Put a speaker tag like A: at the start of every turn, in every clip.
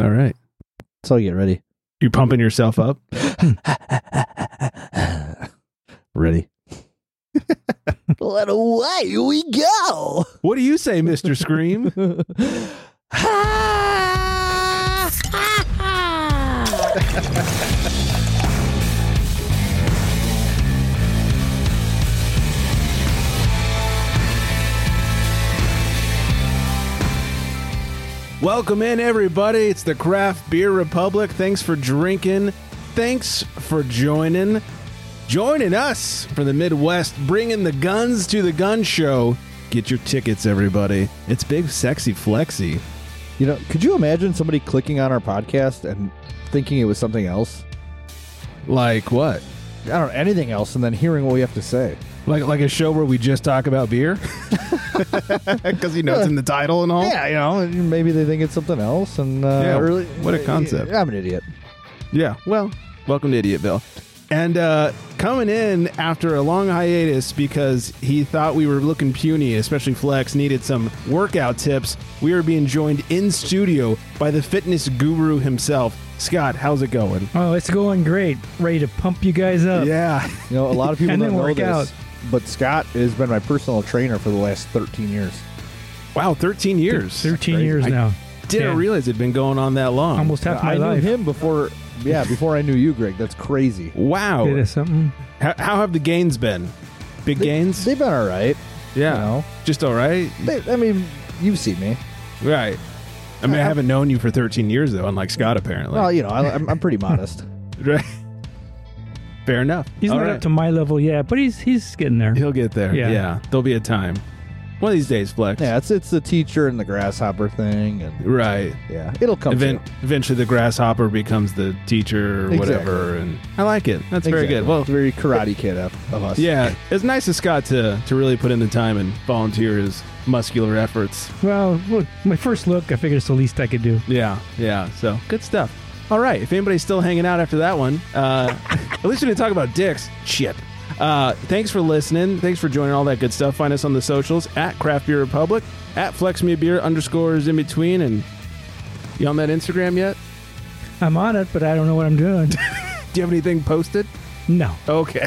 A: All right.
B: So get ready.
A: You pumping yourself up?
B: ready. Let away we go.
A: What do you say, Mr. Scream? Welcome in, everybody. It's the Craft Beer Republic. Thanks for drinking. Thanks for joining. Joining us for the Midwest, bringing the guns to the gun show. Get your tickets, everybody. It's Big Sexy Flexy.
B: you know, could you imagine somebody clicking on our podcast and thinking it was something else?
A: Like what?
B: I don't know, anything else, and then hearing what we have to say.
A: Like like a show where we just talk about beer? Because you know it's in the title and all.
B: Yeah, you know, and maybe they think it's something else, and uh,
A: Yeah,
B: or-
A: what a concept.
B: I'm an idiot.
A: Yeah. Well, welcome to Idiotville. And uh, coming in after a long hiatus because he thought we were looking puny, especially Flex needed some workout tips. We are being joined in studio by the fitness guru himself, Scott. How's it going?
C: Oh, it's going great. Ready to pump you guys up.
A: Yeah,
B: You know, a lot of people
C: And
B: don't
C: then
B: know
C: work
B: this,
C: out.
B: but Scott has been my personal trainer for the last 13 years.
A: wow, thirteen years.
C: 13 years
A: I
C: now.
A: Didn't
C: Yeah.
A: realize it'd been going on that long.
C: Almost half my
B: I
C: life.
B: knew him before, yeah, before I knew you, Greg. That's crazy.
A: Wow.
C: It is something.
A: How, how have the gains been? Big gains?
B: They've been all right.
A: yeah.
B: you know.
A: Just all right.
B: They, I mean, you've seen me.
A: Right. I mean, I haven't known you for 13 years though, unlike Scott apparently.
B: Well, you know, I, I'm, I'm pretty modest.
A: Right. Fair enough.
C: He's
A: All
C: not
A: right.
C: up to my level yet, but he's he's getting there.
A: He'll get there. Yeah.
C: Yeah.
A: There'll be a time. One of these days, Flex.
B: Yeah, it's it's the teacher and the grasshopper thing, and
A: Right.
B: yeah, it'll come.
A: Event,
B: through.
A: eventually, the grasshopper becomes the teacher or
B: Exactly.
A: whatever. And I like it. That's very
B: Exactly.
A: good. Well,
B: It's very Karate Kid of, of us.
A: yeah, it's nice of Scott to, to really put in the time and volunteer his muscular efforts.
C: Well, look, my first look, I figured it's the least I could do.
A: Yeah, yeah. So good stuff. All right. If anybody's still hanging out after that one, uh, at least we didn't talk about dicks. Shit. Uh, thanks for listening. Thanks for joining all that good stuff. Find us on the socials at Craft Beer Republic, at Flex Me a Beer underscores in between, and you on that Instagram yet?
C: I'm on it, but I don't know what I'm doing.
A: Do you have anything posted?
C: no.
A: Okay.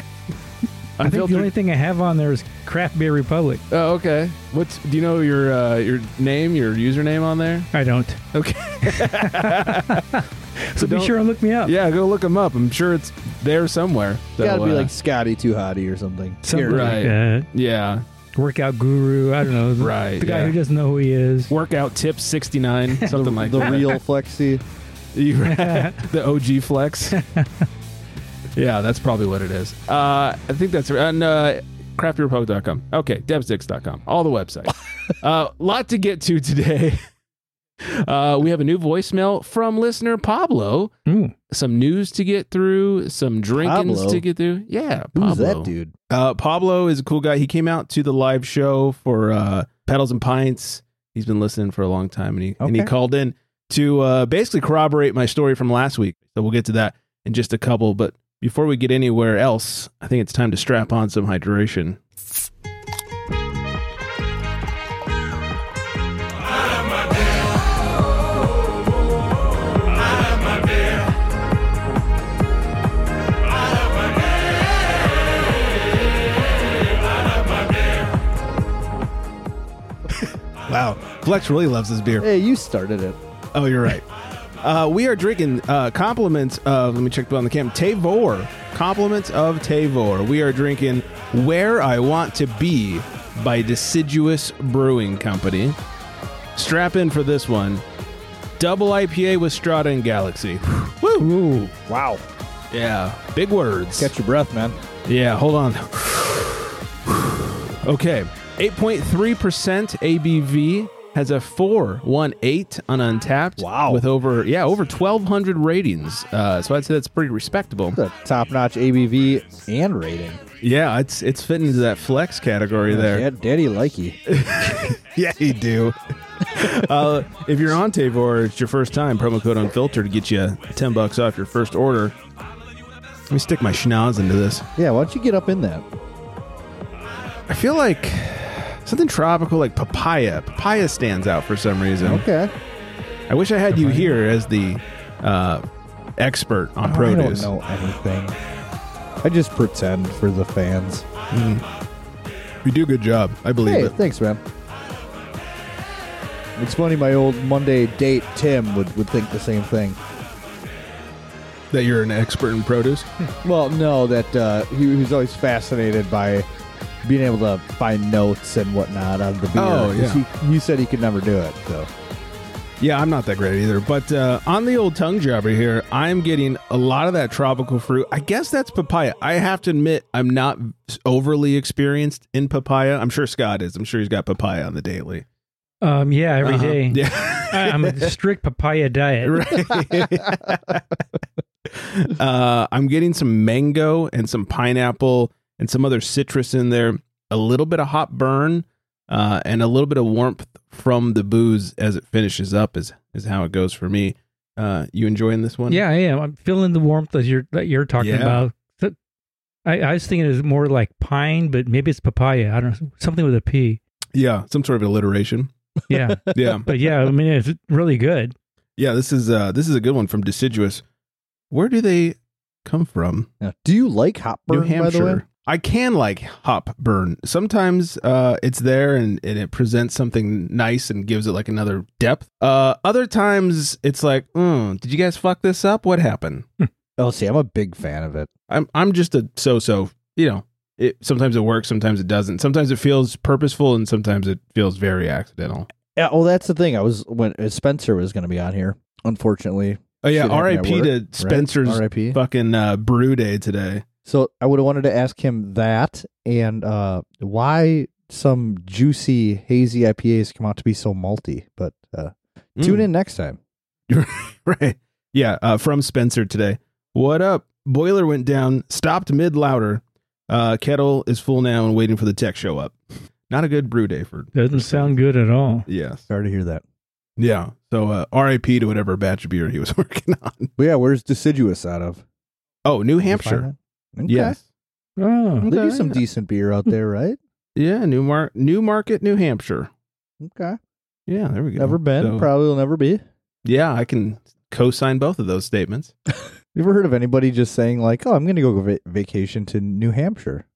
C: I think the
A: Unfiltered-
C: only thing I have on there is Craft Beer Republic.
A: oh, okay. What's do you know your uh, your name, your username on there?
C: I don't.
A: Okay.
C: So, be
A: don't-
C: sure and look me up.
A: Yeah, go look him up. I'm sure it's there somewhere.
B: You gotta
A: So,
B: be
A: uh,
B: like Scotty Too Hottie or something.
C: Something
B: Here,
A: Right.
C: like that.
A: yeah,
C: Workout guru. I don't know. The,
A: Right,
C: The guy
A: yeah.
C: who doesn't know who he is.
A: workout tips 69 something like
B: the
A: that
B: real Flexi.
A: You- the og flex yeah that's probably what it is uh, i think that's on uh, craftbeerpub.com okay devsticks.com all the websites uh, lot to get to today uh, we have a new voicemail from listener pablo
C: Ooh.
A: some news to get through some drinkings
B: Hmm. Pablo?
A: to get through yeah
B: Who's
A: Pablo.
B: that dude?
A: Uh, Pablo is a cool guy. He came out to the live show for uh, Pedals and Pints. He's been listening for a long time, and he and he
B: Okay.
A: called in to uh, basically corroborate my story from last week. So we'll get to that in just a couple. But before we get anywhere else, I think it's time to strap on some hydration. Wow, Flex really loves his beer.
B: Hey, you started it.
A: Oh, you're right. Uh, we are drinking uh, compliments of, let me check on the cam, Tavor. Compliments of Tavor. We are drinking Where I Want to Be by Deciduous Brewing Company. Strap in for this one. Double IPA with Strata and Galaxy. Woo!
C: Ooh.
B: Wow,
A: Yeah, big words.
B: catch your breath, man.
A: Yeah, hold on. okay. 8.3% ABV has a 418 on Untapped.
B: Wow.
A: With over, yeah, over 1,200 ratings. Uh, so I'd say that's pretty respectable.
B: The top-notch ABV and rating.
A: Yeah, it's it's fitting into that flex category there.
B: Dad, Daddy likey.
A: Yeah, you do. uh, if you're on Tavor, it's your first time. Promo code unfiltered to get you 10 bucks off your first order. Let me stick my schnoz into this.
B: Yeah, why don't you get up in that?
A: I feel like something tropical, like papaya. Papaya stands out for some reason.
B: Okay,
A: I wish I had you here as the uh, expert on produce.
B: I don't know anything. I just pretend for the fans.
A: You do a good job. I believe
B: Hey,
A: it.
B: thanks, man. It's funny, my old Monday date Tim would, would think the same thing.
A: That you're an expert in produce.
B: Well, no, that uh, he, he was always fascinated by being able to find notes and whatnot on the beer.
A: Oh,
B: 'cause
A: yeah.
B: He, you said he could never do it, so.
A: yeah, I'm not that great either. But uh, on the old tongue jobber here, I'm getting a lot of that tropical fruit. I guess that's papaya. I have to admit, I'm not overly experienced in papaya. I'm sure Scott is. I'm sure he's got papaya on the daily.
C: Um, yeah, every
A: Uh-huh.
B: Mm-hmm.
C: day.
A: Yeah.
C: I- I'm a strict papaya diet.
A: right. uh, I'm getting some mango and some pineapple and some other citrus in there. A little bit of hot burn uh, and a little bit of warmth from the booze as it finishes up is is how it goes for me. Uh, you enjoying this one?
C: Yeah, I am. I'm feeling the warmth that you're that you're talking
A: Yeah.
C: about. So- I, I was thinking it was more like pine, but maybe it's papaya. I don't know, something with a P.
A: yeah. Some sort of alliteration.
C: Yeah,
A: Yeah,
C: but yeah, I mean it's really good.
A: yeah. This is uh, this is a good one from Deciduous. Where do they come from?
B: Now, do you like hop burn,
A: New Hampshire.
B: by the way?
A: I can like hop burn. Sometimes uh, it's there and, and it presents something nice and gives it like another depth. Uh, other times it's like, mm, did you guys fuck this up? What happened?
B: Oh, see, I'm a big fan of it.
A: I'm I'm just a so so. You know, it sometimes it works, sometimes it doesn't. Sometimes it feels purposeful, and sometimes it feels very accidental.
B: Yeah, well, that's the thing. I was when uh, Spencer was going to be on here. Unfortunately,
A: Oh yeah,
B: Shit happened at
A: R.I.P.
B: work,
A: to
B: right?
A: Spencer's
B: R.I.P.
A: fucking uh, brew day today.
B: So I would have wanted to ask him that and uh, why some juicy hazy IPAs come out to be so malty. But uh,
A: Hmm.
B: tune in next time.
A: Right. Yeah. Uh, from Spencer today. What up? Boiler went down, stopped mid louder. Uh, kettle is full now and waiting for the tech show up. Not a good brew day for.
C: Doesn't sound good at all.
A: Yes.
B: Sorry to hear that.
A: Yeah. So uh, RIP to whatever batch of beer he was working on.
B: Well, yeah, where's deciduous out of?
A: Oh, New
B: Did you
A: Hampshire.
B: find that? Okay.
A: Yes.
C: Oh,
B: They do
A: Okay,
B: some
A: yeah. Hmm.
B: decent beer out there, right?
A: Yeah. New Mar- New Market, New Hampshire.
B: Okay.
A: Yeah. There we go.
B: Never been.
A: So,
B: Probably will never be.
A: yeah. I can co-sign both of those statements.
B: You ever heard of anybody just saying like, "Oh, I'm going to go va- vacation to New Hampshire"?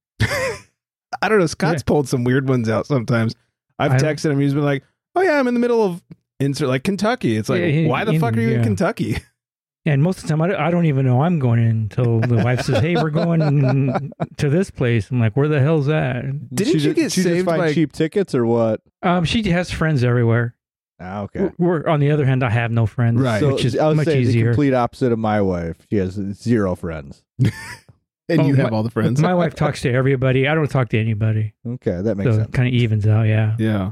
A: I don't know. Scott's pulled some weird ones out sometimes. I've
C: I-
A: texted him. He's been like, "Oh yeah, I'm in the middle of insert like Kentucky." It's like,
C: Yeah, yeah,
A: why the
C: in-
A: fuck are you in
C: yeah.
A: Kentucky?
C: and most of the time I, don't- I don't even know I'm going in until the wife says, "Hey, we're going to this place." I'm like, "Where the hell's that?"
A: Didn't
B: She
A: you
B: ju-
A: get
B: she just
A: saved
B: find
A: by-
B: cheap tickets or what?
C: Um, she has friends everywhere.
B: Ah, okay.
C: We're on the other hand, I have no friends,
A: Right.
B: So
C: which is
B: I would
C: much
B: say the
C: easier.
B: complete opposite of my wife. She has zero friends.
A: And
C: Oh,
A: you have
C: my-
A: all the friends.
C: My wife talks to everybody. I don't talk to anybody.
B: Okay, that makes
C: so
B: sense.
C: it kind of evens out, yeah.
A: yeah.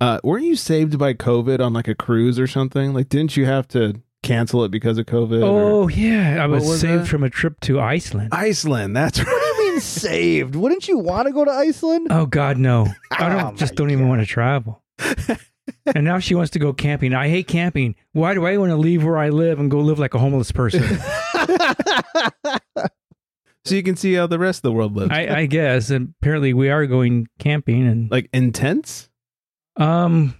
A: Uh, weren't you saved by COVID on like a cruise or something? Like, didn't you have to cancel it because of COVID? or-
C: Oh yeah, I
A: What
C: was,
A: was
C: saved
A: that?
C: from a trip to Iceland.
A: Iceland. That's right.
B: Being saved. Wouldn't you want to go to Iceland?
C: oh God, no! I
B: Oh,
C: don't just
B: my
C: don't even want to travel. and now she wants to go camping. I hate camping. Why do I want to leave where I live and go live like a homeless person?
A: So you can see how the rest of the world lives.
C: I, I guess. And apparently, we are going camping, and
A: like intense.
C: um,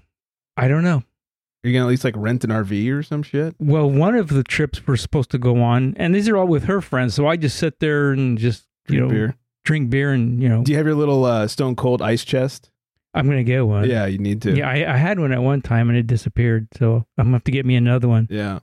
C: I don't know.
A: You're gonna at least like rent an RV or some shit.
C: Well, one of the trips we're supposed to go on, and these are all with her friends. So I just sit there and just you
A: Drink
C: know
A: beer.
C: drink beer, and you know
A: Do you have your little uh, stone cold ice chest?
C: I'm gonna get one.
A: yeah, you need to.
C: Yeah, I, I had one at one time and it disappeared, so I'm gonna have to get me another one.
A: Yeah.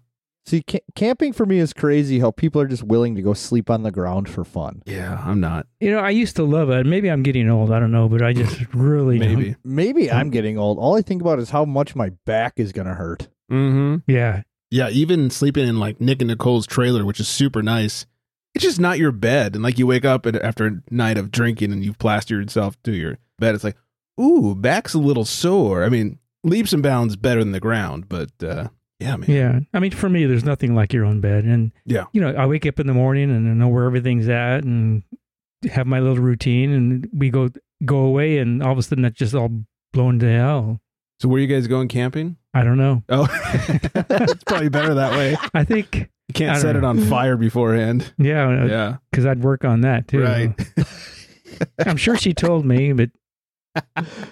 B: See, ca- camping for me is crazy. How people are just willing to go sleep on the ground for fun.
A: Yeah. I'm not.
C: You know, I used to love it. Maybe I'm getting old. I don't know, but I just really don't.
A: Maybe.
B: Maybe
A: Hmm.
B: I'm getting old. All I think about is how much my back is gonna hurt.
A: Mm-hmm.
C: Yeah,
A: Yeah, even sleeping in like Nick and Nicole's trailer, which is super nice. It's just not your bed, and like you wake up and after a night of drinking and you've plastered yourself to your bed, it's like, ooh, back's a little sore. I mean, leaps and bounds better than the ground, but uh, yeah, man,
C: yeah. I mean, for me, there's nothing like your own bed, and
A: Yeah.
C: you know, I wake up in the morning and I know where everything's at, and have my little routine, and we go go away, and all of a sudden that's just all blown to hell.
A: So where you guys going camping?
C: I don't know.
A: Oh, it's probably better that way.
C: I think,
A: You
C: I
A: can't
C: don't
A: set it
C: know. Oh,
A: on fire beforehand.
C: yeah,
A: Yeah,
C: because I'd work on that too.
A: right.
C: I'm sure she told me, but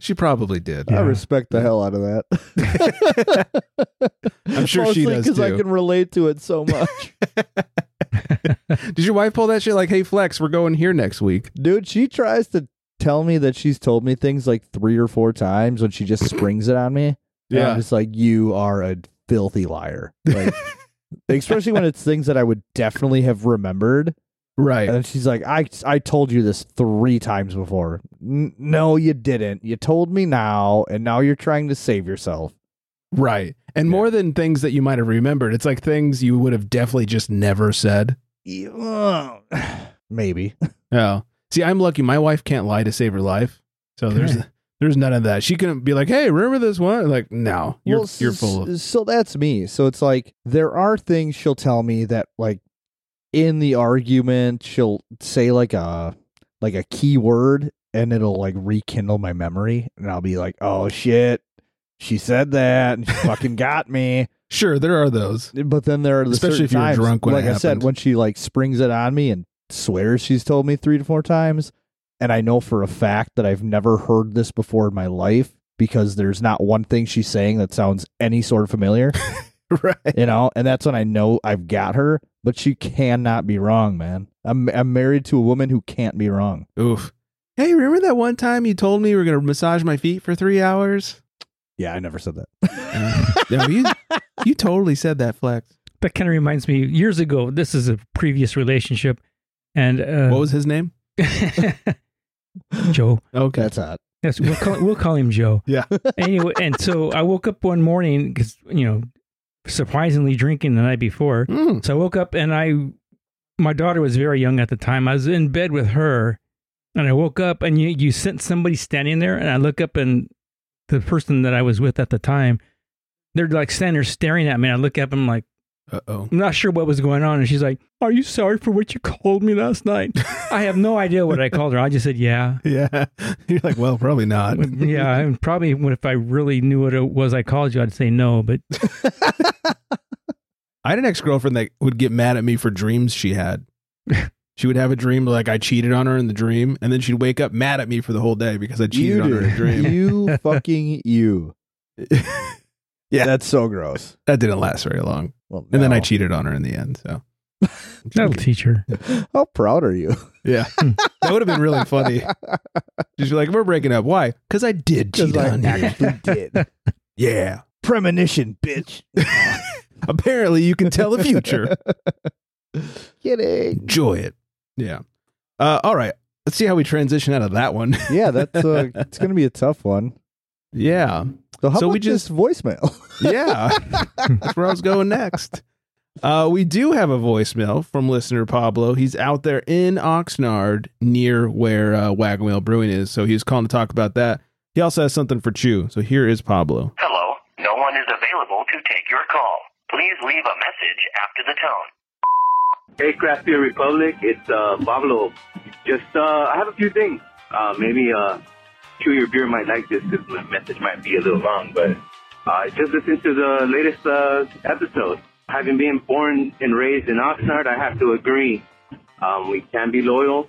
A: She probably did.
B: I
C: Yeah.
B: respect the hell out of that.
A: I'm sure she does,
B: because I
A: too.
B: can relate to it so much,
A: Did your wife pull that shit like, "Hey Flex, we're going here next week"?
B: dude. She tries to tell me that she's told me things like three or four times when she just springs it on me. And
A: Um,
B: I'm just like, you are a filthy liar. Like, especially when it's things that I would definitely have remembered.
A: right.
B: And then she's like, I, I told you this three times before. N- no, you didn't. You told me now, and now you're trying to save yourself.
A: Right. And
B: Yeah.
A: more than things that you might have remembered, it's like things you would have definitely just never said.
B: You- uh, Maybe.
A: Yeah. See, I'm lucky. My wife can't lie to save her life. So there's there's none of that. She couldn't be like, hey, remember this one? Like, no, you're
B: Well,
A: you're
B: s-
A: full of
B: So that's me. So it's like, there are things she'll tell me that, like, in the argument, she'll say, like, a, like a key word, and it'll, like, rekindle my memory. And I'll be like, oh, shit. She said that, and she fucking got me.
A: Sure, there are those.
B: But then there are the
A: Especially
B: certain
A: if you were
B: times,
A: drunk when it
B: like I said,
A: happened.
B: when she like springs it on me and swears she's told me three to four times, and I know for a fact that I've never heard this before in my life because there's not one thing she's saying that sounds any sort of familiar,
A: right.
B: you know. And that's when I know I've got her. But she cannot be wrong, man. I'm I'm married to a woman who can't be wrong.
A: Oof. Hey, remember that one time you told me you were gonna massage my feet for three hours?
B: Yeah, I never said that.
A: no, you you totally said that, Flex.
C: That kind of reminds me. Years ago, this is a previous relationship, and uh,
A: What was his name?
C: Joe?
A: Okay.
B: That's hot.
C: Yes, we'll call, we'll call him Joe.
A: Yeah.
C: anyway, and so I woke up one morning because you know, surprisingly drinking the night before.
A: Mm.
C: So I woke up and I, my daughter was very young at the time. I was in bed with her, and I woke up and you you sent somebody standing there, and I look up and the person that I was with at the time, they're like standing there staring at me. I look up and I'm like.
A: Uh oh.
C: I'm not sure what was going on. And she's like, Are you sorry for what you called me last night? I have no idea what I called her. I just said, Yeah.
A: Yeah. You're like, well, probably not.
C: yeah. And probably what if I really knew what it was I called you, I'd say no. But
A: I had an ex girlfriend that would get mad at me for dreams she had. she would have a dream like I cheated on her in the dream, and then she'd wake up mad at me for the whole day because I cheated
B: you
A: on her in a dream.
B: you fucking you.
A: Yeah.
B: that's so gross.
A: that didn't last very long.
B: Well,
A: And then I
B: no.
A: cheated on her in the end. So
C: that'll teach her.
B: How proud are you?
A: yeah, that would have been really funny. She's like, "We're breaking up. Why? Because I did cheat on you.
B: did.
A: Yeah.
B: Premonition, bitch.
A: Apparently, you can tell the future.
B: Kidding.
A: Enjoy it. Yeah. Uh, all right. Let's see how we transition out of that one.
B: Yeah, that's uh, it's gonna be a tough one.
A: yeah.
B: So how
A: So
B: about
A: we
B: just voicemail?
A: Yeah. That's where I was going next. Uh, we do have a voicemail from listener Pablo. He's out there in Oxnard near where uh, Wagamale Brewing is. So he was calling to talk about that. He also has something for Chew. So here is Pablo.
D: Hello, no one is available to take your call. Please leave a message after the tone.
E: Hey, Craft Beer Republic, it's uh, Pablo. Just, uh, I have a few things. Uh, maybe uh, Chew Your Beer might like this because my message might be a little long, but uh, just listen to the latest uh, episode. Having been born and raised in Oxnard, I have to agree. Um, we can be loyal.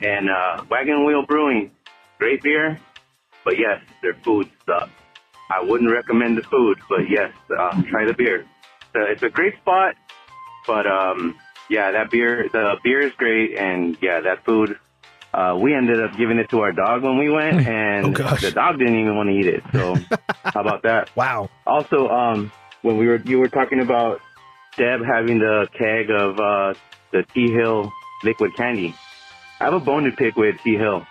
E: And uh, Wagon Wheel Brewing, great beer, but yes, their food sucks. I wouldn't recommend the food, but yes, uh, try the beer. So it's a great spot. But um, yeah, that beer, the beer is great, and yeah, that food. Uh, we ended up giving it to our dog when we went, and
A: Oh, gosh.
E: the dog didn't even want to eat it. So how about that?
A: Wow.
E: Also, um, when we were you were talking about Deb having the keg of uh, the T Hill liquid candy, I have a bone to pick with T Hill.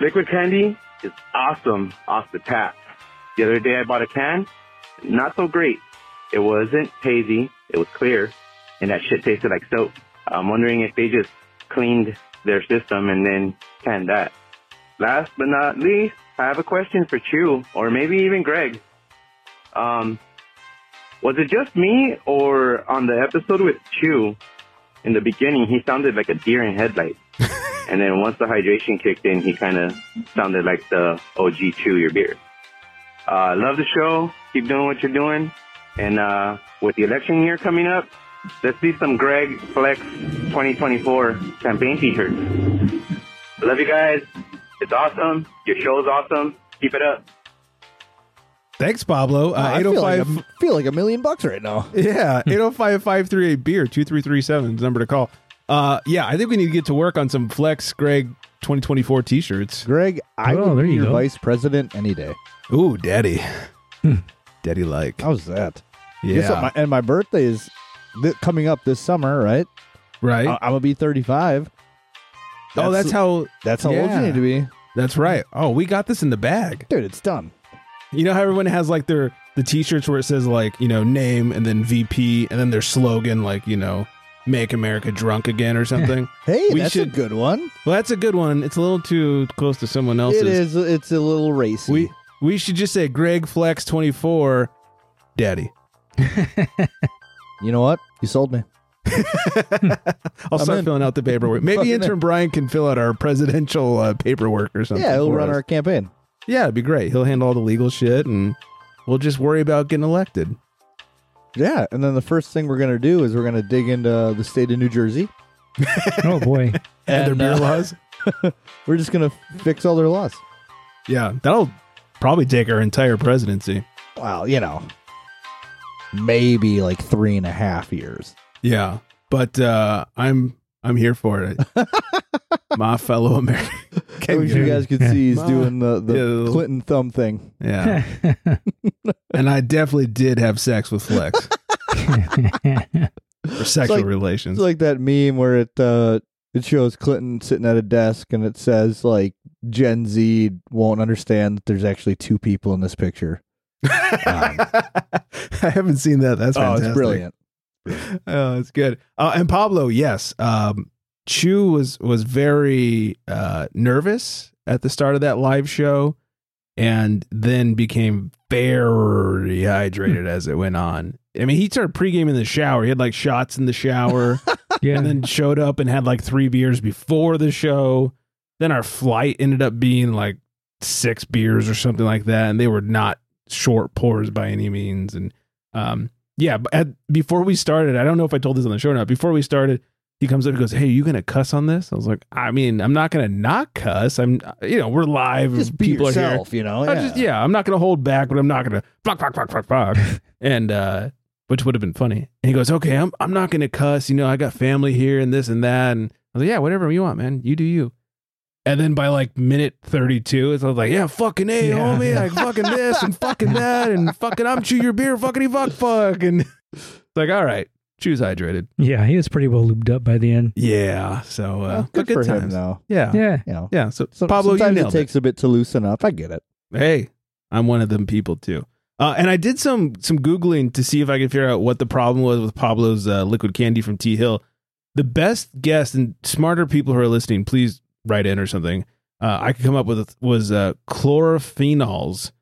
E: Liquid candy is awesome off the tap. The other day I bought a can, not so great. It wasn't hazy, it was clear, and that shit tasted like soap. I'm wondering if they just cleaned their system and then canned that. Last but not least, I have a question for Chew, or maybe even Greg. Um, was it just me, or on the episode with Chew, in the beginning, he sounded like a deer in headlights. and then once the hydration kicked in, he kind of sounded like the OG Chew your beer. Uh, love the show. Keep doing what you're doing. And uh, with the election year coming up, let's see some Greg Flex 2024 campaign t-shirts. Love you guys. It's awesome. Your show's awesome. Keep it up.
A: Thanks, Pablo. Uh,
B: I feel like,
A: 805
B: a, feel like a million bucks right now.
A: Yeah, 805-538 beer 2337 is the number to call. Uh yeah, I think we need to get to work on some Flex Greg 2024 t-shirts.
B: Greg, I
C: Oh,
B: would
C: there
B: be
C: you
B: your
C: go.
B: vice president any day.
A: Ooh, daddy. Hmm. daddy like.
B: How's that? Guess what
A: Yeah.
B: my- and my birthday is thi- coming up this summer, right?
A: right?
B: I, am gonna be 35.
A: Uh, oh, that's how
B: that's how old
A: yeah.
B: you need to be,
A: That's right. Oh, we got this in the bag.
B: dude. It's done.
A: You know how everyone has like their the t-shirts where it says like, you know, name and then VP and then their slogan like, you know, make America drunk again or something.
B: Hey,
A: We
B: that's
A: should-
B: a good one.
A: well, that's a good one. It's a little too close to someone else's.
B: It is. It's a little racy.
A: We we should just say Greg Flex 24 daddy.
B: you know what? You sold me.
A: I'll
B: I'm
A: start
B: in.
A: filling out the paperwork. Maybe
B: Fucking in.
A: intern Brian can fill out our presidential uh, paperwork or something.
B: yeah, he'll
A: for
B: run
A: us.
B: our campaign.
A: Yeah, it'd be great. He'll handle all the legal shit, and we'll just worry about getting elected.
B: Yeah, and then the first thing we're gonna do is we're gonna dig into the state of New Jersey.
C: Oh boy.
A: And, their beer
B: uh,
A: laws.
B: We're just gonna fix all their laws.
A: Yeah, that'll probably take our entire presidency.
B: Well, you know, maybe like three and a half years.
A: Yeah, but uh, I'm I'm here for it. My fellow American.
B: I wish you
C: yeah.
B: guys could
C: Yeah.
B: see he's
A: Ma.
B: doing the, the
A: Yeah.
B: Clinton thumb thing.
A: Yeah, and I definitely did have sex with Flex or sexual
B: like-
A: relations.
B: It's like that meme where it uh, it shows Clinton sitting at a desk and it says like Gen Z won't understand that there's actually two people in this picture.
A: Um, I haven't seen that. That's
B: Oh,
A: fantastic.
B: it's brilliant.
A: Oh, it's good. Uh, and Pablo, yes, um, Chu was was very uh, nervous at the start of that live show, and then became very hydrated as it went on. I mean, he started pregame in the shower. He had like shots in the shower,
C: yeah.
A: and then showed up and had like three beers before the show. Then our flight ended up being like six beers or something like that, and they were not short pours by any means. And um, yeah, but at, before we started, I don't know if I told this on the show or not. Before we started, he comes up and goes, "Hey, you gonna cuss on this?" I was like, "I mean, I'm not gonna not cuss. I'm, you know, we're live.
B: Just
A: and
B: be
A: people are here.
B: yourself, you know.
A: I
B: Yeah.
A: just, yeah, I'm not gonna hold back, but I'm not gonna fuck, fuck, fuck, fuck, fuck. and uh, which would have been funny. And he goes, okay, I'm I'm not gonna cuss. You know, I got family here and this and that. And I was like, yeah, whatever you want, man. You do you. And then by like minute 32, it's I was like, yeah, fucking a,
C: Yeah.
A: homie, like fucking this and fucking that and fucking I'm chew your beer, fuckity fuck fuck. And it's like, all right, choose hydrated.
C: yeah, he was pretty well lubed up by the end.
A: Yeah. So, uh,
B: Well,
A: but
B: good, for him
A: times.
B: though.
A: Yeah. yeah.
C: Yeah.
B: You know,
A: So,
B: So-
A: Pablo, you
B: sometimes
A: nailed
B: it takes a bit to loosen up. I get it.
A: hey i'm one of them people too uh, and i did some some googling to see if i could figure out what the problem was with pablo's uh, liquid candy from t hill the best guess and smarter people who are listening please write in or something uh, i could come up with was uh, chlorophenols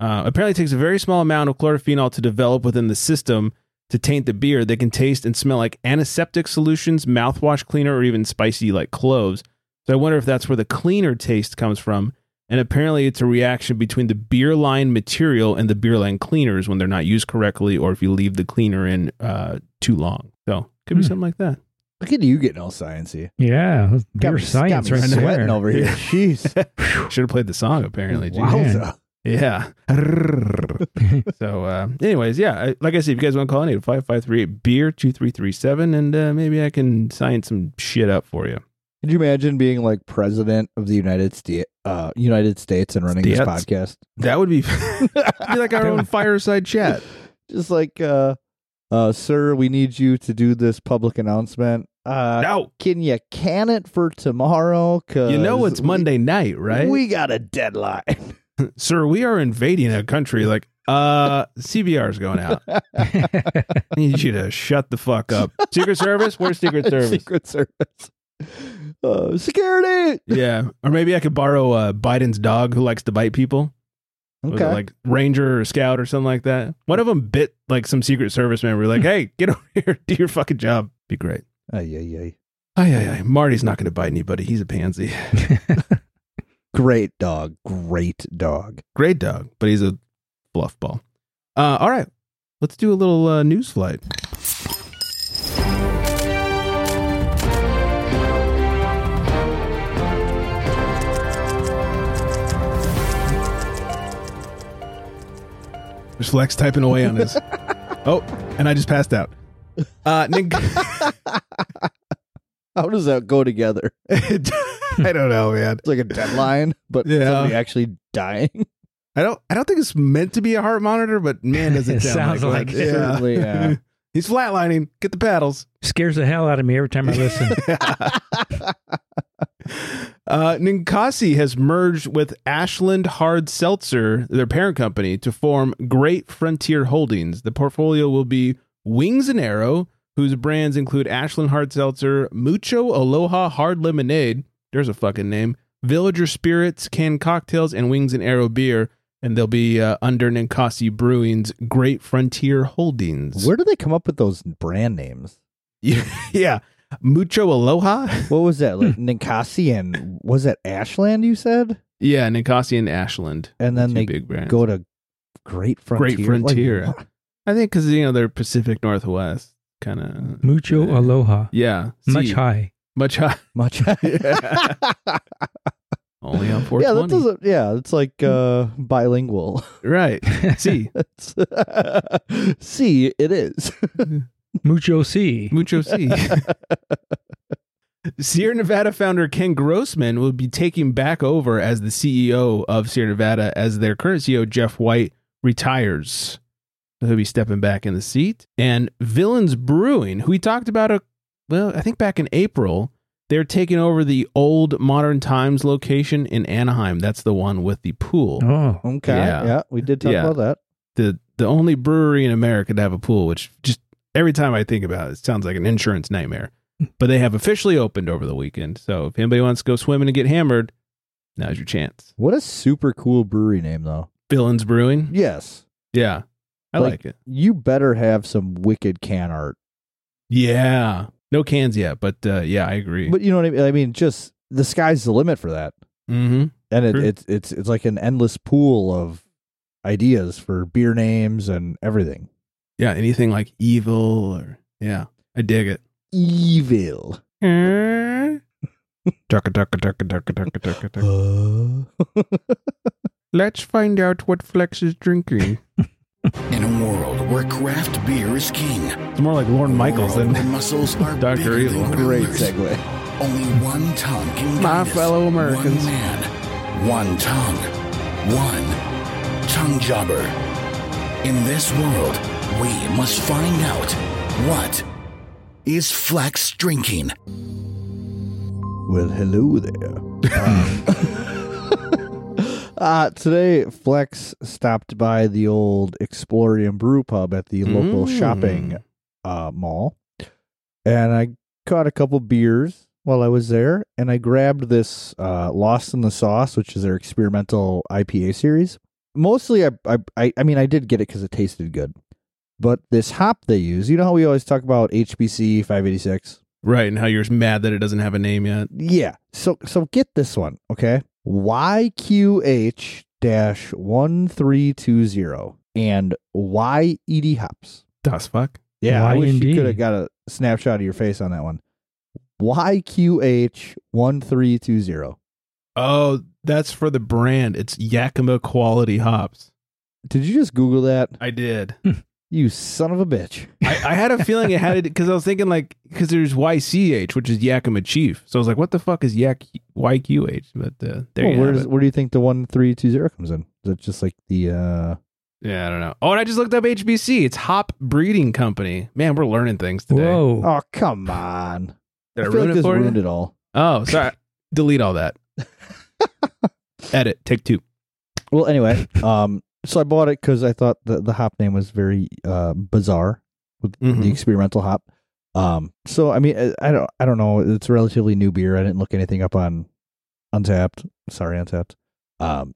A: uh, apparently it takes a very small amount of chlorophenol to develop within the system to taint the beer they can taste and smell like antiseptic solutions mouthwash cleaner or even spicy like cloves so i wonder if that's where the cleaner taste comes from and apparently it's a reaction between the beer line material and the beer line cleaners when they're not used correctly or if you leave the cleaner in uh, too long. So could be
C: Hmm.
A: something like that.
B: Look at you getting all sciencey.
C: Yeah. that's
B: Got
C: Beer
B: me-
C: science
B: got me
C: right
B: sweating
C: there.
B: over here.
A: Yeah.
B: Jeez.
A: Should have played the song apparently. dude.
B: Wowza.
A: Yeah. so uh, anyways, yeah, I, like I said, if you guys want to call in oh 5538 beer 2337 and uh, maybe I can sign some shit up for you.
B: Could you imagine being like president of the United States, uh, United States, and running this
A: States.
B: podcast?
A: That would be, be like our own fireside chat.
B: Just like, uh, uh, sir, we need you to do this public announcement. Uh,
A: No.
B: can you can it for tomorrow? 'Cause
A: You know it's
B: we-
A: Monday night, right?
B: We got a deadline.
A: sir, we are invading a country. Like, uh, CBR's going out. I need you to shut the fuck up. Secret Service? Where's Secret Service?
B: Secret Service. Uh, security.
A: Yeah. Or maybe I could borrow uh, Biden's dog who likes to bite people. Was it
B: Okay.
A: like Ranger or Scout or something like that. One of them bit like some Secret Service member. Like, hey, get over here. Do your fucking job. Be great.
B: Ay, ay, ay.
A: Ay, ay, ay. Marty's not going to bite anybody. He's a pansy.
B: Great dog. Great dog.
A: Great dog, but he's a bluff ball. Uh, all right. Let's do a little uh, news flight. There's Flex typing away on his. oh, and I just passed out. Uh, Nick,
B: How does that go together?
A: I don't know, man.
B: It's like a deadline, but
A: Yeah.
B: somebody actually dying.
A: I don't. I don't think it's meant to be a heart monitor, but man, does it,
C: It
A: sound
C: sounds
A: like,
C: like
A: one. Yeah.
C: it.
B: Certainly, yeah.
A: He's flatlining. Get the paddles.
C: Scares the hell out of me every time I listen.
A: Uh, Ninkasi has merged with Ashland Hard Seltzer, their parent company, to form Great Frontier Holdings. The portfolio will be Wings and Arrow, whose brands include Ashland Hard Seltzer, Mucho Aloha Hard Lemonade, there's a fucking name, Villager Spirits, Canned Cocktails, and Wings and Arrow Beer. And they'll be uh, under Ninkasi Brewing's Great Frontier Holdings.
B: Where do they come up with those brand names?
A: yeah. Mucho Aloha?
B: What was that? Like Ninkasi and was that Ashland you said?
A: yeah, Ninkasi and Ashland.
B: And then
A: Two
B: they
A: big brands.
B: go to Great Frontier.
A: Great Frontier.
B: Like, what?
A: I think because you know they're Pacific Northwest kind of.
C: Mucho aloha.
A: Yeah,
C: Much
A: see,
C: high.
A: much high.
B: Much.
A: Yeah. Only on four
B: yeah, that
A: twenty.
B: doesn't. Yeah, it's like uh, bilingual.
A: right. See,
B: It's- See, it is.
C: Mucho C.
A: mucho see. Sierra Nevada founder Ken Grossman will be taking back over as the CEO of Sierra Nevada as their current CEO Jeff White retires. So he'll be stepping back in the seat. And Villains Brewing, who we talked about a well, I think back in April, they're taking over the old Modern Times location in Anaheim. That's the one with the pool.
C: Oh.
B: Okay.
A: Yeah.
B: Yeah, we did talk
A: Yeah.
B: about that.
A: The the only brewery in America to have a pool, which just every time I think about it, it sounds like an insurance nightmare. But they have officially opened over the weekend. So if anybody wants to go swimming and get hammered, now's your chance.
B: What a super cool brewery name, though.
A: Villains Brewing.
B: Yes,
A: Yeah. I
B: Like-
A: like it.
B: you better have some wicked can art.
A: Yeah. No cans yet, but uh, yeah, I agree.
B: But you know what I mean? I mean, just the sky's the limit for that.
A: mm-hmm.
B: And it,
A: True.
B: it's it's it's like an endless pool of ideas for beer names and everything.
A: Yeah, anything like evil or yeah, I dig it.
B: Evil.
A: Tucka, tucka, tucka, tucka, tucka, tucka, tucka.
B: Uh.
A: Let's find out what Flex is drinking.
F: In a world where craft beer is king,
A: It's more like Lorne Michaels
F: a world where
A: than
F: muscles are
A: Dr.
F: bigger
A: Evil.
F: than
B: Great
F: growlers.
B: segue.
F: Only one tongue can
A: My
F: guide us.
A: fellow Americans.
F: One man, one tongue, one tongue jobber. In this world, we must find out what is Flex drinking.
B: Well, hello there. Uh, today, Flex stopped by the old Explorium Brew Pub at the local
A: Mm.
B: shopping uh, mall, and I caught a couple beers while I was there, and I grabbed this uh, Lost in the Sauce, which is their experimental IPA series. Mostly, I I I, I mean, I did get it because it tasted good, but this hop they use, you know how we always talk about HBC five eighty six.
A: right. And how you're mad that it doesn't have a name yet.
B: Yeah. So so get this one, okay? YQH dash one three two zero and YED hops.
A: Das fuck.
B: Yeah, I wish you
C: YND.
B: could
A: E
B: have got a snapshot of your face on that one. YQH one three two zero.
A: Oh, that's for the brand. It's Yakima quality hops.
B: Did you just Google that?
A: I did.
B: You son of a bitch.
A: I, I had a feeling it had it because I was thinking like because there's YCH, which is Yakima Chief. So I was like, what the fuck is Yak YQH? But uh, there
B: Well,
A: you
B: where,
A: have
B: does-
A: it.
B: where do you think the one three two zero comes in? Is it just like the uh
A: Yeah, I don't know. Oh, and I just looked up HBC. It's Hop Breeding Company. Man, we're learning things today.
C: Whoa.
B: Oh come on.
A: Did I,
B: feel
A: ruin
B: like
A: it
B: this
A: for you?
B: ruined it all.
A: Oh, sorry. Delete all that. Edit. Take two.
B: Well, anyway, um, so I bought it because I thought the the hop name was very uh, bizarre with
A: Mhm.
B: the experimental hop. Um, so I mean, I, I don't, I don't know. It's a relatively new beer. I didn't look anything up on Untapped. Sorry, Untapped. Um,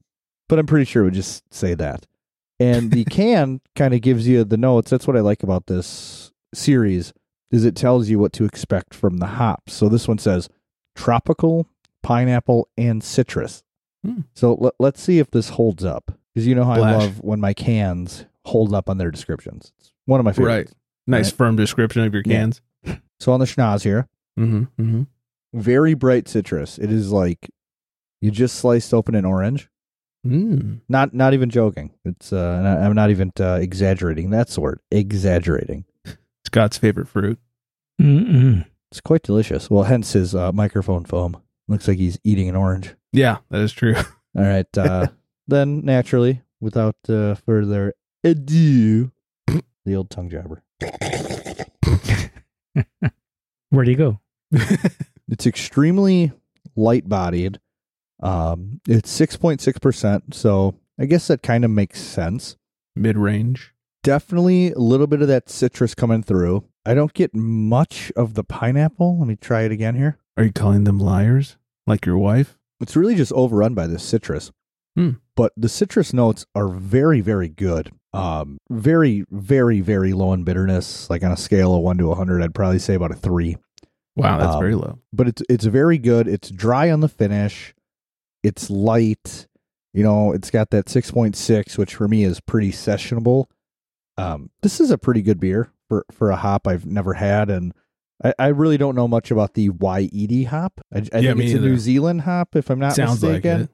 B: but I'm pretty sure it would just say that. And the can kind of gives you the notes. That's what I like about this series is it tells you what to expect from the hops. So this one says tropical, pineapple, and citrus.
A: Hmm.
B: So let, let's see if this holds up because you know how I
A: Flash.
B: love when my cans hold up on their descriptions. It's one of my favorites.
A: Nice
B: Right.
A: firm description of your
B: Yeah.
A: cans.
B: So on the schnoz here,
A: Mm-hmm. Mm-hmm.
B: very bright citrus. It is like you just sliced open an orange.
A: Mm.
B: Not not even joking. It's uh, and I- I'm not even uh, exaggerating. That's the word, exaggerating.
A: Scott's favorite fruit.
C: Mm-mm.
B: It's quite delicious. Well, hence his uh, microphone foam. Looks like he's eating an orange.
A: Yeah, that is true.
B: All right. Uh, then naturally, without uh, further ado, the old tongue jabber.
C: Where do you go?
B: It's extremely light bodied. Um, it's six point six percent. So I guess that kind of makes sense.
A: Mid range.
B: definitely a little bit of that citrus coming through. I don't get much of the pineapple. Let me try it again here.
A: Are you calling them liars? Like your wife?
B: It's really just overrun by the citrus.
A: Hmm.
B: But the citrus notes are very, very good. Um, very, very, very low in bitterness. Like on a scale of one to hundred, I'd probably say about a three.
A: Wow, that's
B: Um,
A: very low.
B: But it's it's very good. It's dry on the finish. It's light. You know, it's got that six point six, which for me is pretty sessionable. Um, this is a pretty good beer for for a hop I've never had, and I, I really don't know much about the YED hop. I, I think
A: me
B: it's a
A: either.
B: New Zealand hop, if I'm not
A: Sounds like
B: mistaken.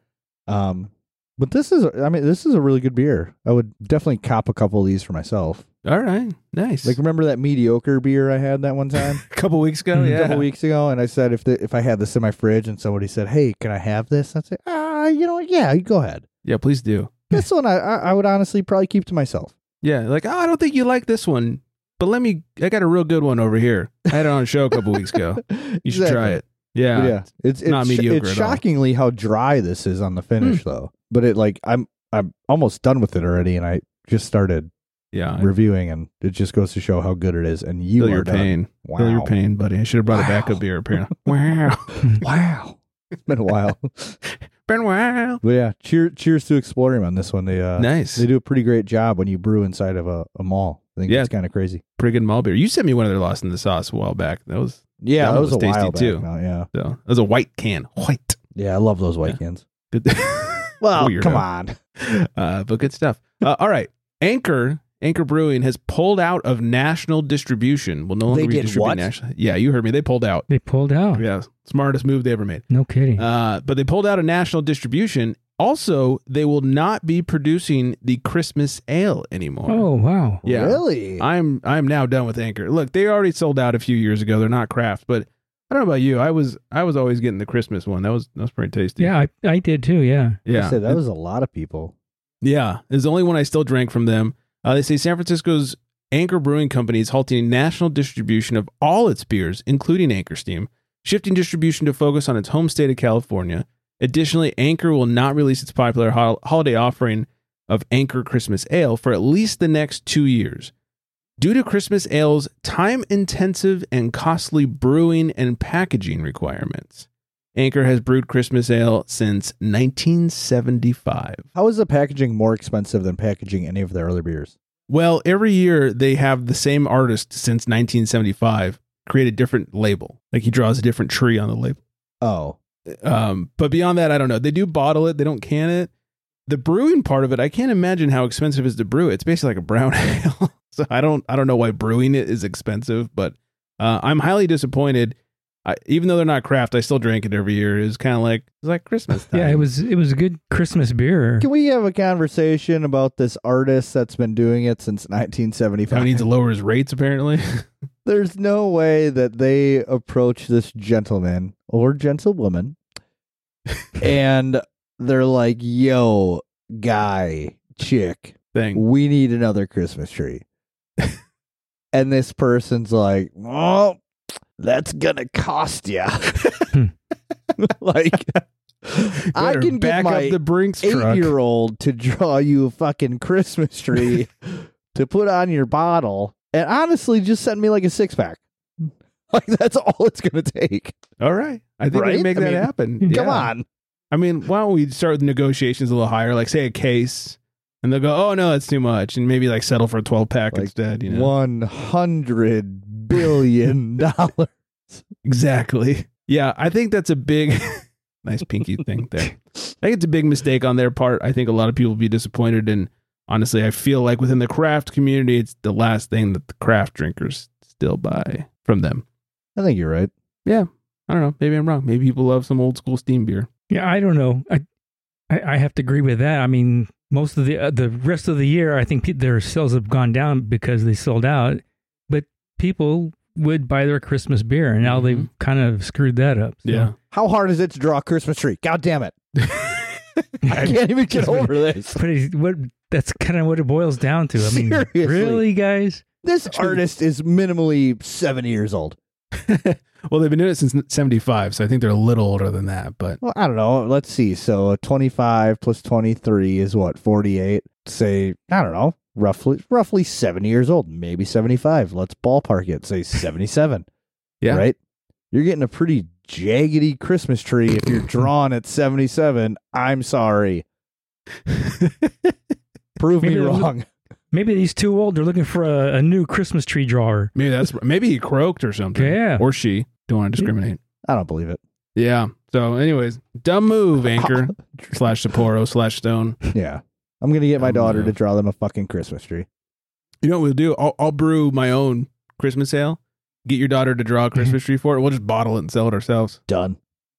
A: it.
B: Um, but this is, I mean, this is a really good beer. I would definitely cop a couple of these for myself.
A: All right, nice.
B: Like, remember that mediocre beer I had that one time
A: a Hmm, couple weeks ago,
C: Mm,
A: yeah.
B: a couple weeks ago, and I said if the, if I had this in my fridge, and somebody said, "Hey, can I have this?" I'd say, "Ah, you know, what? yeah, you go ahead."
A: Yeah, please do.
B: This one, I, I I would honestly probably keep to myself.
A: Yeah, like oh, I don't think you like this one, but let me. I got a real good one over here. I had it on a show a couple weeks ago. Oh, You should try
B: Exactly.
A: it. Yeah,
B: But yeah, it's it's,
A: not
B: sh-
A: mediocre
B: it's
A: at all. Hmm.
B: shockingly how dry this is on the finish, though. But it like I'm I'm almost done with it already, and I just started
A: yeah. I
B: reviewing, and it just goes to show how good it is. And you
A: Feel
B: are
A: your
B: done.
A: pain.
B: Wow,
A: Feel your pain, buddy. I should have brought a backup
B: Wow.
A: beer. Apparently. wow,
B: Wow, it's been a while.
A: been wow.
B: but yeah, cheer, cheers to Explorium on this one. They uh,
A: Nice,
B: they do a pretty great job when you brew inside of a, a mall. I think
A: Yeah.
B: it's kind of crazy.
A: pretty good malt beer. You sent me one of their Lost in the Sauce a while back. That was
B: Yeah,
A: That
B: that,
A: one
B: was,
A: was
B: a
A: tasty,
B: while back
A: too.
B: now, Yeah,
A: so. That was a white can, white.
B: yeah, I love those white cans.
A: Good.
B: Well,
A: Weirdo.
B: come on.
A: uh, but good stuff. Uh, all right, Anchor Anchor Brewing has pulled out of national distribution. Will no longer
B: They
A: be
B: did
A: distributed
B: what?
A: nationally. Yeah, you heard me. They pulled out.
C: They pulled out.
A: Yeah, smartest move they ever made.
C: No kidding.
A: Uh, but they pulled out a national distribution. Also, they will not be producing the Christmas ale anymore.
C: oh wow.
A: yeah.
B: Really?
A: I'm I'm now done with Anchor. Look, they already sold out a few years ago. They're not craft, but I don't know about you. I was I was always getting the Christmas one. That was that was pretty tasty.
C: Yeah, I, I did too. Yeah.
A: yeah.
B: I said that was a lot of people.
A: Yeah, it's the only one I still drank from them. Uh, they say San Francisco's Anchor Brewing Company is halting national distribution of all its beers, including Anchor Steam, shifting distribution to focus on its home state of California. Additionally, Anchor will not release its popular hol- holiday offering of Anchor Christmas Ale for at least the next two years. Due to Christmas Ale's time intensive and costly brewing and packaging requirements, Anchor has brewed Christmas Ale since 1975.
B: How is the packaging more expensive than packaging any of their other beers?
A: Well, every year they have the same artist since 1975 create a different label. Like he draws a different tree on the label.
B: Oh,
A: Um, but beyond that, I don't know. They do bottle it, they don't can it. The brewing part of it, I can't imagine how expensive it is to brew it. It's basically like a brown ale. so I don't I don't know why brewing it is expensive, but uh, I'm highly disappointed. I, even though they're not craft, I still drink it every year. It's kind of like it's like Christmas time.
C: Yeah, it was it was a good Christmas beer.
B: can we have a conversation about this artist that's been doing it since 1975?
A: Tony needs to lower his rates apparently.
B: There's no way that they approach this gentleman or gentlewoman and they're like, yo, guy, chick,
A: Thing.
B: we need another Christmas tree. and this person's like, oh, that's going to cost ya. like, I
A: Hmm. Better
B: can get
A: back
B: my
A: up the Brinks
B: eight
A: truck.
B: year old to draw you a fucking Christmas tree to put on your bottle. And honestly, just send me like a six pack. Like that's all it's gonna take.
A: All right. I think we
B: Right?
A: can make
B: I
A: that
B: mean,
A: happen.
B: Come
A: Yeah.
B: on.
A: I mean, why don't we start with negotiations a little higher, like say a case, and they'll go, oh, no, that's too much. And maybe like settle for a 12 pack
B: Like,
A: instead, you know?
B: One hundred billion dollars.
A: Exactly. Yeah. I think that's a big, nice pinky thing there. I think it's a big mistake on their part. I think a lot of people will be disappointed. And honestly, I feel like within the craft community, it's the last thing that the craft drinkers still buy from them.
B: I think you're right.
A: I don't know. Maybe I'm wrong. Maybe people love some old school steam beer.
C: Yeah, I don't know. I I, I have to agree with that. I mean, most of the uh, the rest of the year, I think pe- their sales have gone down because they sold out. But people would buy their Christmas beer, and now they've kind of screwed that up. So.
A: Yeah.
B: How hard is it to draw a Christmas tree? God damn it. I can't even get over this.
C: pretty what that's kind of what it boils down to. I mean,
B: Seriously.
C: really, guys?
B: This artist is minimally 70 years old.
A: Well, they've been doing it since '75, so I think they're a little older than that. But
B: Well, I don't know. Let's see. So 25 plus 23 is what? 48. Say, I don't know. Roughly roughly 70 years old, maybe 75. Let's ballpark it. Say 77.
A: yeah,
B: Right? You're getting a pretty jaggedy Christmas tree if you're drawn at 77. I'm sorry. Prove
C: Maybe
B: me
C: they're look-
B: wrong.
C: Maybe these two old are looking for a, a new Christmas tree drawer.
A: maybe that's maybe he croaked or something.
C: Yeah.
A: or she. Don't want to discriminate.
B: I don't believe it.
A: Yeah. So, anyways, dumb move, Anchor slash Sapporo slash Stone.
B: Yeah. I'm going to get my
A: Dumb
B: daughter
A: move.
B: to draw them a fucking Christmas tree.
A: You know what we'll do? I'll, I'll brew my own Christmas ale. Get your daughter to draw a Christmas tree for it. We'll just bottle it and sell it ourselves.
B: Done.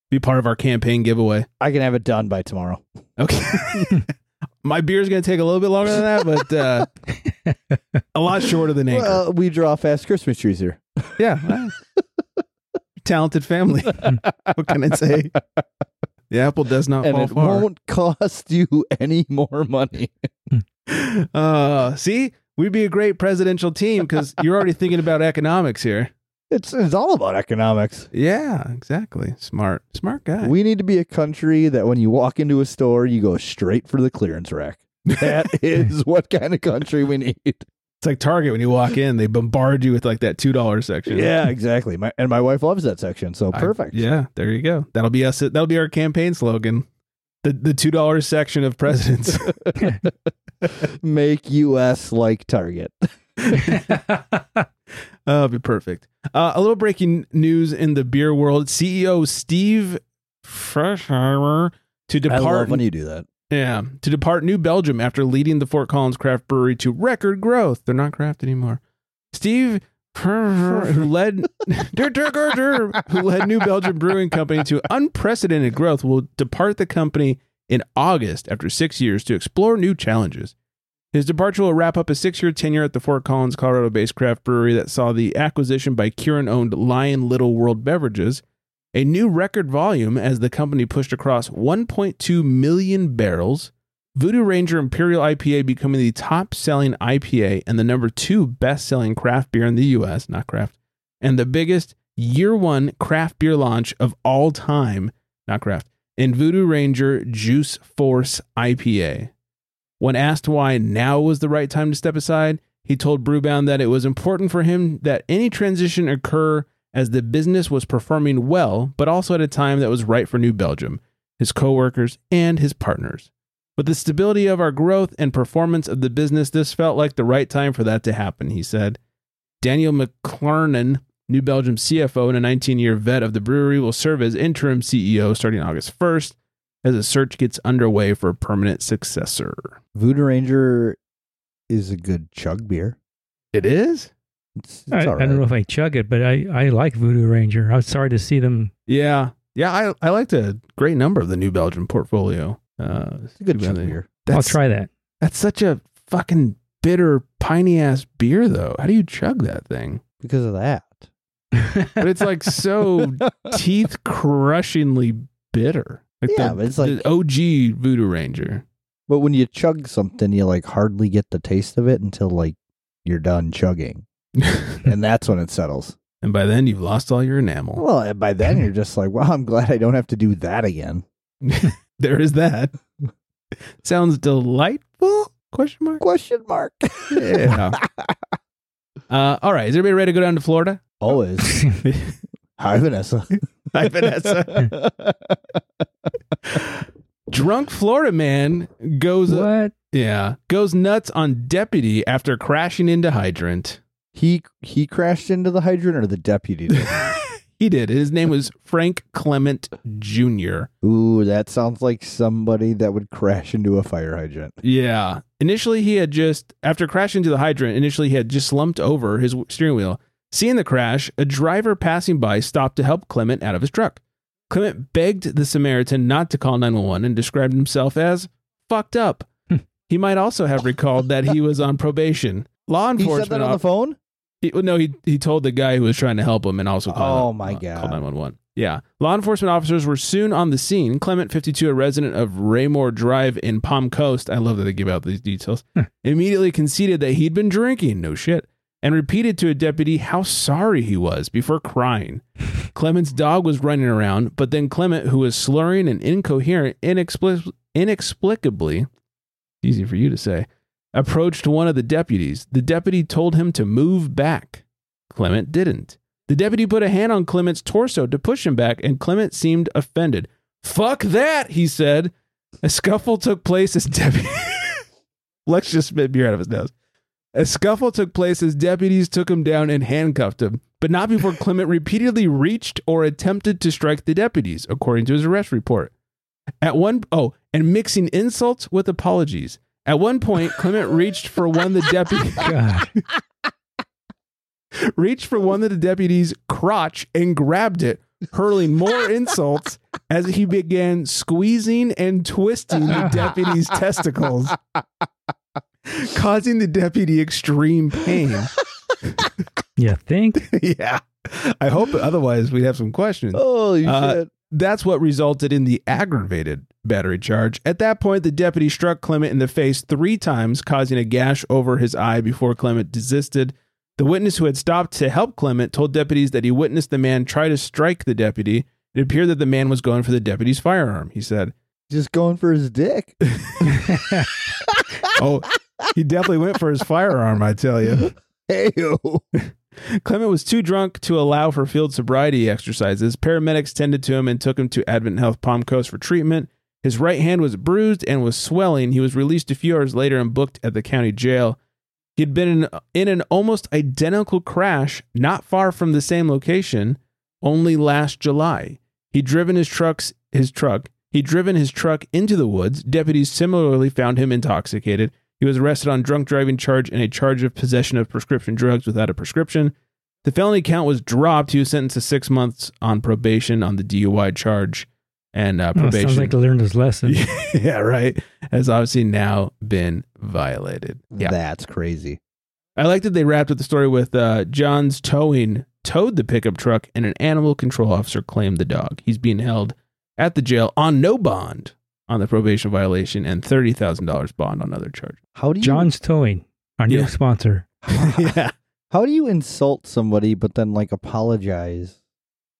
A: Be part of our campaign giveaway.
B: I can have it done by tomorrow.
A: Okay. my beer's gonna take a little bit longer than that, but uh, a lot shorter than Anchor.
B: Well, we draw fast Christmas trees here.
A: Yeah. Talented family. what can I say? The apple does not
B: and
A: fall
B: it
A: far.
B: won't cost you any more money.
A: Uh, see, we'd be a great presidential team because you're already thinking about economics here.
B: It's it's all about economics.
A: Yeah, exactly. Smart, smart guy.
B: We need to be a country that when you walk into a store, you go straight for the clearance rack. That is what kind of country we need.
A: it's like Target when you walk in, they bombard you with like that two dollar section.
B: Yeah, exactly. My and my wife loves that section, so
A: I-
B: perfect.
A: yeah, there you go. That'll be us. That'll be our campaign slogan. The the two dollar section of presidents.
B: Make US like Target.
A: Oh, it'd be perfect. Uh, a little breaking news in the beer world: CEO Steve Freshheimer to
B: I love
A: depart.
B: when you do that.
A: yeah, to depart New Belgium after leading the Fort Collins craft brewery to record growth. They're not craft anymore. Steve. Freshheimer, Who led Dur, dur, dur, dur, who led New Belgium Brewing Company to unprecedented growth will depart the company in August after six years to explore new challenges. His departure will wrap up a six year tenure at the Fort Collins, Colorado based craft brewery that saw the acquisition by Kieran owned Lion Little World Beverages, a new record volume as the company pushed across 1.2 million barrels, Voodoo Ranger Imperial IPA becoming the top selling IPA and the number two best selling craft beer in the U.S., not craft, and the biggest year one craft beer launch of all time, not craft, in Voodoo Ranger Juice Force IPA. When asked why now was the right time to step aside, he told Brewbound that it was important for him that any transition occur as the business was performing well, but also at a time that was right for New Belgium, his coworkers, and his partners. With the stability of our growth and performance of the business, this felt like the right time for that to happen, he said. Daniel McClarnon, New Belgium CFO and a 19 year vet of the brewery, will serve as interim CEO starting August 1st as a search gets underway for a permanent successor.
B: Voodoo Ranger is a good chug beer.
A: It is?
B: It's, it's
C: I,
B: all
C: I don't know
B: right.
C: if I chug it, but I, I like Voodoo Ranger. I was sorry to see them.
A: Yeah. Yeah, I, I liked a great number of the New Belgium portfolio. Uh,
B: It's a good
A: too
B: chug
A: bad they-
B: beer.
A: That's,
C: I'll try that.
A: That's such a fucking bitter, piney ass beer, though. How do you chug that thing?
B: Because of that.
A: But it's like so teeth crushingly bitter. Like
B: Yeah,
A: the,
B: but it's like-
A: the OG Voodoo Ranger.
B: But when you chug something, you like hardly get the taste of it until like you're done chugging, and that's when it settles.
A: and by then, you've lost all your enamel.
B: Well, and by then you're just like, well, I'm glad I don't have to do that again.
A: There is that. Sounds delightful? Question mark.
B: Question mark.
A: Yeah. uh, all right. Is everybody ready to go down to Florida?
B: Always. Hi, Vanessa.
A: Hi, Vanessa. Drunk Florida man goes
C: what?
A: yeah goes nuts on deputy after crashing into hydrant.
B: he he crashed into the hydrant or the deputy. did?
A: He did. His name was Frank Clement Jr.
B: Ooh, that sounds like somebody that would crash into a fire hydrant.
A: Yeah. Initially, he had just after crashing into the hydrant. Initially, he had just slumped over his steering wheel. Seeing the crash, a driver passing by stopped to help Clement out of his truck. Clement begged the Samaritan not to call 911 and described himself as fucked up.
B: Hmm.
A: he might also have recalled that he was on probation. Law
B: He said
A: enforcement.
B: that on
A: op-
B: the phone.
A: he, well, no, he he told the guy who was trying to help him and also called.
B: Oh, my God.
A: Called nine one one. Yeah. Law enforcement officers were soon on the scene. Clement, fifty two, a resident of Raymore Drive in Palm Coast. I love that they give out these details. immediately conceded that he'd been drinking. No shit. And repeated to a deputy how sorry he was before crying. Clement's dog was running around, but then Clement, who was slurring and incoherent, inexplic- inexplicably, easy for you to say, approached one of the deputies. The deputy told him to move back. Clement didn't. The deputy put a hand on Clement's torso to push him back, and Clement seemed offended. Fuck that, he said. A scuffle took place as deputy. Lex just spit beer out of his nose. A scuffle took place as deputies took him down and handcuffed him, but not before Clement repeatedly reached or attempted to strike the deputies, according to his arrest report. At one oh, and mixing insults with apologies. At one point, Clement reached for one of the deputy
C: God.
A: reached for one of the deputy's crotch and grabbed it, hurling more insults as he began squeezing and twisting the deputy's testicles, causing the deputy extreme pain.
C: You think?
A: yeah. I hope otherwise we'd have some questions.
B: Holy
A: Uh,
B: shit!
A: That's what resulted in the aggravated battery charge. At that point, the deputy struck Clement in the face three times, causing a gash over his eye before Clement desisted. The witness who had stopped to help Clement told deputies that he witnessed the man try to strike the deputy. It appeared that the man was going for the deputy's firearm, he said.
B: Just going for his dick.
A: Oh, he definitely went for his firearm, I tell you.
B: Hey,
A: Clement was too drunk to allow for field sobriety exercises. Paramedics tended to him and took him to Advent Health Palm Coast for treatment. His right hand was bruised and was swelling. He was released a few hours later and booked at the county jail. He had been in, in an almost identical crash not far from the same location only last July. He'd driven his trucks his truck. He'd driven his truck into the woods. Deputies similarly found him intoxicated. He was arrested on drunk driving charge and a charge of possession of prescription drugs without a prescription. The felony count was dropped. He was sentenced to six months on probation on the DUI charge and uh,
C: Oh,
A: probation.
C: sounds like he learned his lesson.
A: yeah, right. Has obviously now been violated. Yeah.
B: that's crazy.
A: I like that they wrapped up the story with uh, John's towing towed the pickup truck, and an animal control officer claimed the dog. He's being held at the jail on no bond on the probation violation and thirty thousand dollars bond on other charges.
B: How do you
C: John's Towing, our new
A: Yeah.
C: sponsor.
A: yeah,
B: How do you insult somebody but then like apologize?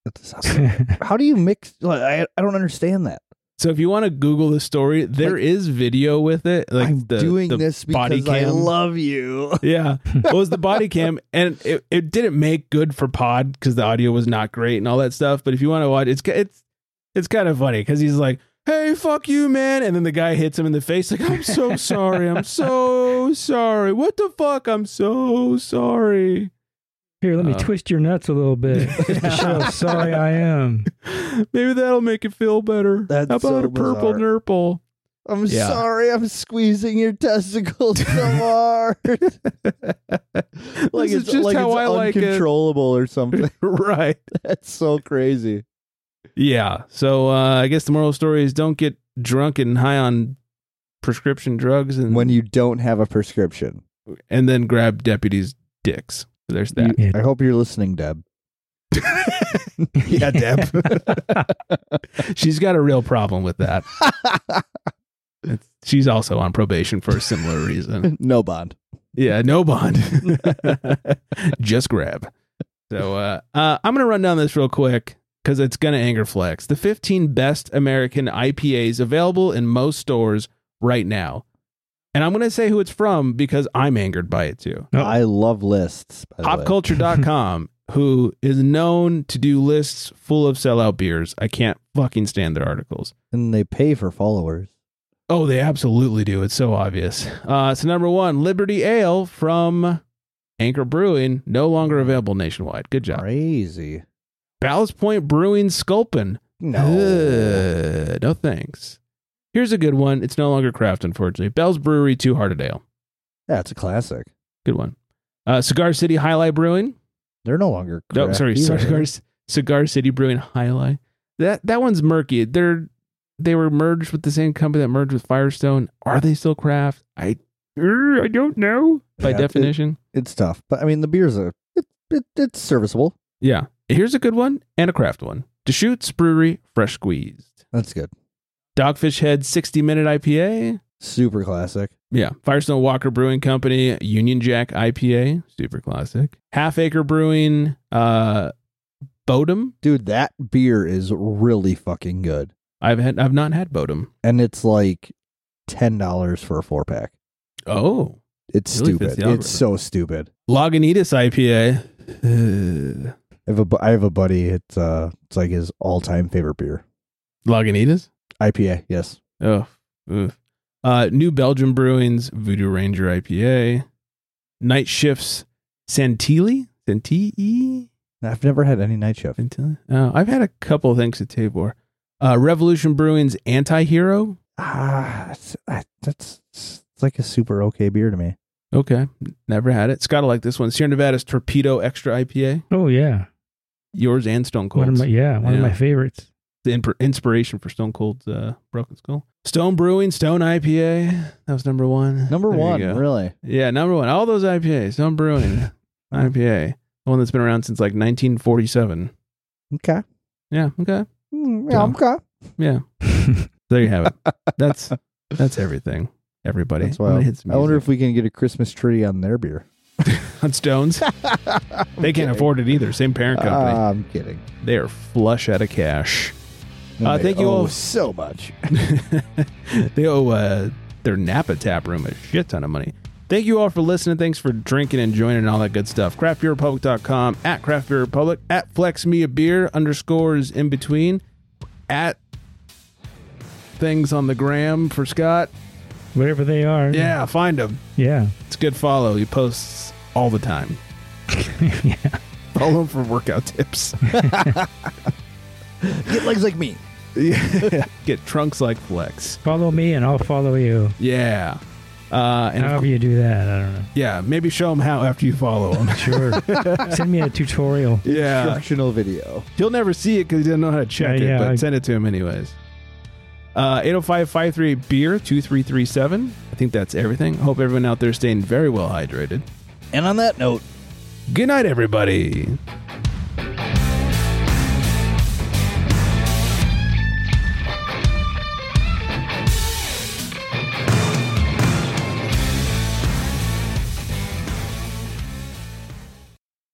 B: That sounds- How do you mix? Like, I I don't understand that.
A: So if you want to Google the story, there is video with it. Like
B: I'm
A: the,
B: doing
A: the
B: this because
A: body
B: I
A: cam.
B: love you.
A: Yeah, it was the body cam, and it, it didn't make good for pod because the audio was not great and all that stuff. But if you want to watch, it's ki- it's it's kind of funny because he's like, "Hey, fuck you, man," and then the guy hits him in the face like, "I'm so sorry, I'm so sorry, what the fuck, I'm so sorry."
C: Here, let me
A: Uh.
C: twist your nuts a little bit. Just to show how sorry I am.
A: Maybe that'll make it feel better.
B: That's
A: How about
B: so
A: a purple
B: bizarre.
A: nurple?
B: I'm
A: Yeah.
B: sorry. I'm squeezing your testicles so hard. like
A: This is
B: it's
A: just
B: like
A: how
B: it's
A: I like it.
B: uncontrollable or something.
A: right.
B: That's so crazy.
A: Yeah. So uh, I guess the moral of the story is don't get drunk and high on prescription drugs and
B: When you don't have a prescription,
A: and then grab deputies' dicks. There's that.
C: Yeah.
B: I hope you're listening, Deb.
A: yeah, Deb. she's got a real problem with that. It's- she's also on probation for a similar reason.
B: no bond.
A: Yeah, no bond. Just grab. So uh, uh, I'm going to run down this real quick because it's going to anger flex. The 15 best American IPAs available in most stores right now. And I'm going to say who it's from because I'm angered by it too.
C: Oh.
B: I love lists. By the way.
A: popculture.com who is known to do lists full of sellout beers i can't fucking stand their articles
B: and they pay for followers.
A: oh they absolutely do it's so obvious uh, so number one liberty ale from anchor brewing no longer available nationwide good job
B: Crazy.
A: ballast point brewing sculpin
B: No.
A: Ugh, no thanks here's a good one it's no longer craft unfortunately bell's brewery two hearted ale
B: That's a classic.
A: good one uh, cigar city highlight brewing
B: They're no longer.
A: No,
B: craft
A: sorry,
B: either.
A: Cigar, Cigar City Brewing Highlight. That that one's murky. They're they were merged with the same company that merged with Firestone. Are they still craft? I er, I don't know by
B: Yeah, it-
A: definition.
B: It's tough, but I mean the beer's a it, it, it's serviceable.
A: yeah. Here's a good one and a craft one. Deschutes Brewery Fresh Squeezed.
B: That's good.
A: Dogfish Head 60 Minute IPA.
B: Super classic.
A: Yeah. Firestone Walker Brewing Company, Union Jack IPA, super classic. Half Acre Brewing, uh Bodum.
B: Dude, that beer is really fucking good.
A: I've had I've not had Bodum.
B: And it's like $10 for a four pack.
A: Oh.
B: It's
A: Really fits
B: stupid.
A: the
B: It's so stupid.
A: Lagunitas IPA. Ugh.
B: I have a bu- I have a buddy, it's uh it's like his all-time favorite beer.
A: Lagunitas?
B: IPA, yes.
A: Oh. Oof. Uh, New Belgium Brewing's Voodoo Ranger IPA. Night Shift's Santilli? Santilli?
B: I've never had any night shift.
A: Santilli? Oh, I've had a couple thanks to Tabor. Uh, Revolution Brewing's Antihero.
B: Ah, it's- I- that's it's like a super okay beer to me.
A: Okay. Never had it. Scott'll like this one. Sierra Nevada's Torpedo Extra IPA.
C: Oh yeah,
A: Yours and Stone Cold.
C: one of my yeah one of
A: Yeah.
C: my favorites.
A: the imp- inspiration for Stone Cold's uh, Broken Skull. Stone Brewing, Stone IPA. That was number one.
B: Number
A: There you
B: 1,
A: go.
B: really.
A: Yeah, number one. All those IPAs. Stone Brewing IPA. The one that's been around since like 1947.
B: Okay.
A: Yeah, okay.
B: Mm,
A: Yeah.
B: yeah, okay.
A: Yeah. There you have it. That's that's everything, everybody.
B: That's
A: I'm gonna
B: wild.
A: hit some
B: I wonder
A: music.
B: if we can get a Christmas tree on their beer.
A: on Stones. they can't afford it either. Same parent company.
B: Ah, I'm kidding.
A: they are flush out of cash.
B: We
A: Uh,
B: made-
A: thank you
B: oh,
A: all- Uh,
B: so much.
A: they owe uh, their Napa tap room a shit ton of money. Thank you all for listening. Thanks for drinking and joining and all that good stuff. CraftBeerRepublic.com, at CraftBeerRepublic, at FlexMeABeer, underscores in between, at things on the gram for Scott.
C: Whatever they are.
A: Yeah, find him.
C: Yeah.
A: It's a good follow. He posts all the time.
C: yeah.
A: Follow him for workout tips.
B: Get legs like me.
A: Get trunks like Flex.
C: Follow me and I'll follow you.
A: Yeah. Uh, and
C: However you do that, I don't know.
A: yeah, maybe show him how after you follow him.
C: Sure. Send me a tutorial.
A: yeah.
B: Instructional video.
A: He'll never see it because he doesn't know how to check
C: Yeah,
A: it,
C: yeah,
A: but
C: I-
A: send it to him anyways. Uh, 805-538-BEER-2337. I think that's everything. Hope everyone out there is staying very well hydrated.
B: And on that note,
A: Good night, everybody.